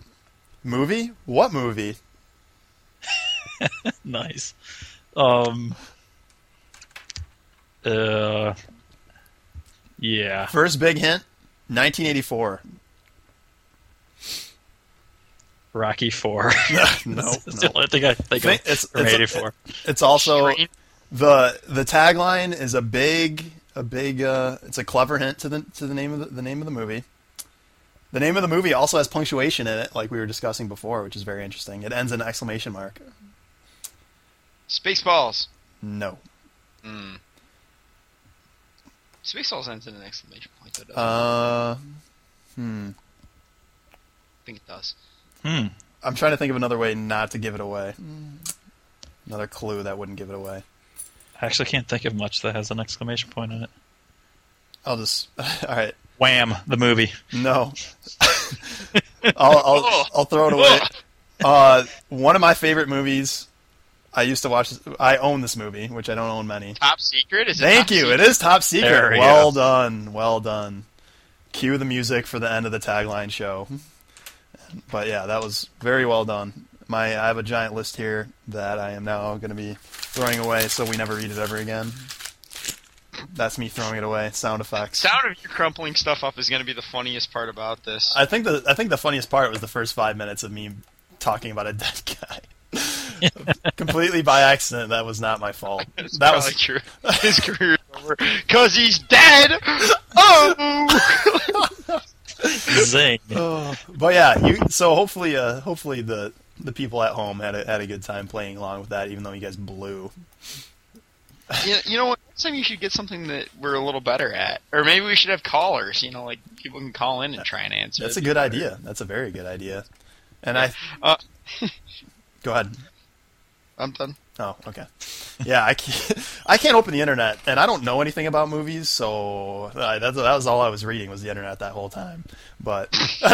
Speaker 1: Movie? What movie?
Speaker 2: Nice. Um. Uh. Yeah.
Speaker 1: First big hint. 1984.
Speaker 2: Rocky Four.
Speaker 1: no,
Speaker 2: That's the
Speaker 1: no.
Speaker 2: only thing I think
Speaker 1: Think-
Speaker 2: of
Speaker 1: it's-
Speaker 2: from
Speaker 1: it's a-
Speaker 2: '84.
Speaker 1: It's also
Speaker 3: Train.
Speaker 1: the the tagline is a big a big. Uh, it's a clever hint to the to the name of the, the name of the movie. The name of the movie also has punctuation in it, like we were discussing before, which is very interesting. It ends in an exclamation mark.
Speaker 3: Spaceballs.
Speaker 1: No.
Speaker 3: Mm. Spaceballs ends in an exclamation point. Though, doesn't it?
Speaker 1: Uh, hmm.
Speaker 3: I think it does.
Speaker 2: Hmm.
Speaker 1: I'm trying to think of another way not to give it away. Another clue that wouldn't give it away.
Speaker 2: I actually can't think of much that has an exclamation point in it.
Speaker 1: I'll just. All right.
Speaker 2: Wham! The movie.
Speaker 1: No. I'll, I'll, I'll throw it
Speaker 3: Oh.
Speaker 1: away. Uh, one of my favorite movies. I used to watch. I own this movie, which I don't own many.
Speaker 3: Top secret. Is it
Speaker 1: Thank
Speaker 3: top
Speaker 1: you. It
Speaker 3: secret?
Speaker 1: is top secret.
Speaker 2: There we
Speaker 1: well
Speaker 2: go.
Speaker 1: done. Well done. Cue the music for the end of the tagline show. But yeah, that was very well done. My I have a giant list here that I am now going to be throwing away, so we never read it ever again. That's me throwing it away. Sound effects.
Speaker 3: Sound of you crumpling stuff up is going to be the funniest part about this.
Speaker 1: I think the I think the funniest part was the first five minutes of me talking about a dead guy. Completely by accident. That was not my fault.
Speaker 3: It's
Speaker 1: That
Speaker 3: probably
Speaker 1: was
Speaker 3: true. His career's over because he's dead. Oh,
Speaker 2: Zing.
Speaker 1: Oh, but yeah, you. So hopefully, uh, hopefully the the people at home had a, had a good time playing along with that, even though you guys blew.
Speaker 3: you, you know what? Next time you should get something that we're a little better at, or maybe we should have callers. You know, like people can call in and try and answer.
Speaker 1: That's a
Speaker 3: it.
Speaker 1: good idea. That's a very good idea. And I
Speaker 3: Uh,
Speaker 1: go ahead.
Speaker 3: I'm done.
Speaker 1: Oh, okay. Yeah, I can't. I can't open the internet, and I don't know anything about movies, so I, that's, that was all I was reading was the internet that whole time. But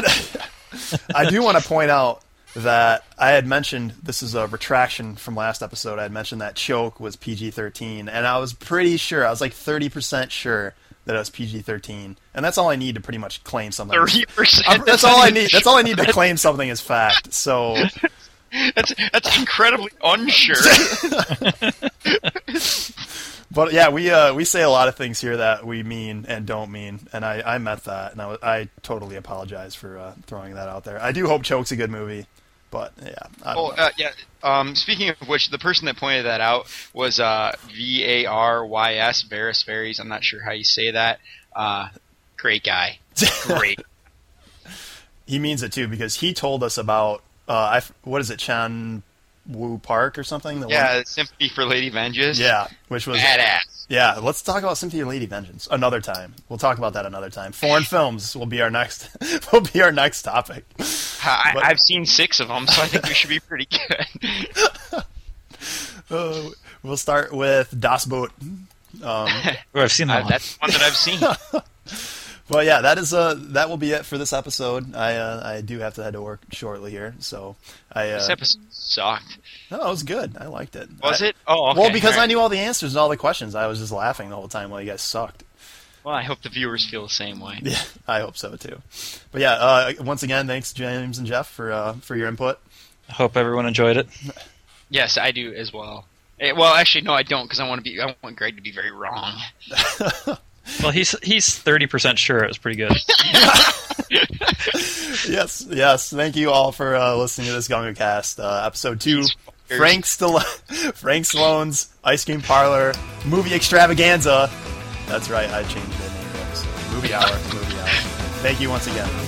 Speaker 1: I do want to point out that I had mentioned this is a retraction from last episode. I had mentioned that choke was PG-13, and I was pretty sure. I was like 30% sure that it was PG-13, and that's all I need to pretty much claim something.
Speaker 3: Thirty
Speaker 1: I'm-
Speaker 3: percent.
Speaker 1: that's all I need. That's all I need to claim something is fact. So
Speaker 3: That's that's incredibly unsure.
Speaker 1: But yeah, we uh, we say a lot of things here that we mean and don't mean, and I, I met that, and I, wa- I totally apologize for uh, throwing that out there. I do hope Choke's a good movie, but yeah, I
Speaker 3: oh
Speaker 1: don't know.
Speaker 3: uh, yeah. Um, speaking of which, the person that pointed that out was uh, V A R Y S Varys Varies. I'm not sure how you say that. Uh, great guy. Great.
Speaker 1: he means it too because he told us about uh, I f what is it, Chan Wu Park or something? The one-
Speaker 3: yeah, Sympathy for Lady Vengeance.
Speaker 1: yeah, which was
Speaker 3: Badass.
Speaker 1: yeah. Let's talk about Cynthia and Lady Vengeance another time. We'll talk about that another time. Foreign films will be our next will be our next topic.
Speaker 3: I,
Speaker 1: But-
Speaker 3: I've seen six of them, so I think we should be pretty good.
Speaker 1: Uh, we'll start with Das Boot. Um,
Speaker 2: Oh, I've seen that
Speaker 3: Uh,
Speaker 2: one.
Speaker 3: that's one that I've seen.
Speaker 1: Well, yeah, that is uh that will be it for this episode. I uh, I do have to head to work shortly here, so I uh,
Speaker 3: This episode sucked.
Speaker 1: no, it was good. I liked it.
Speaker 3: Was
Speaker 1: I-
Speaker 3: it? Oh, okay.
Speaker 1: well, because
Speaker 3: All
Speaker 1: I
Speaker 3: right.
Speaker 1: knew all the answers and all the questions, I was just laughing the whole time while you guys sucked.
Speaker 3: Well, I hope the viewers feel the same way.
Speaker 1: Yeah, I hope so too. But yeah, uh, once again, thanks James and Jeff for uh, for your input.
Speaker 2: I hope everyone enjoyed it.
Speaker 3: Yes, I do as well. Eh, Well, actually, no, I don't, because I want to be. I want Greg to be very wrong.
Speaker 2: Well, he's he's thirty percent sure it was pretty good.
Speaker 1: yes, yes, thank you all for uh, listening to this Gunga Cast uh, episode two.
Speaker 3: fuckers.
Speaker 1: Frank Stallone, Frank Stallone's Ice Cream Parlor movie extravaganza. That's right, I changed the name. of the episode. Movie hour, movie hour. Thank you once again.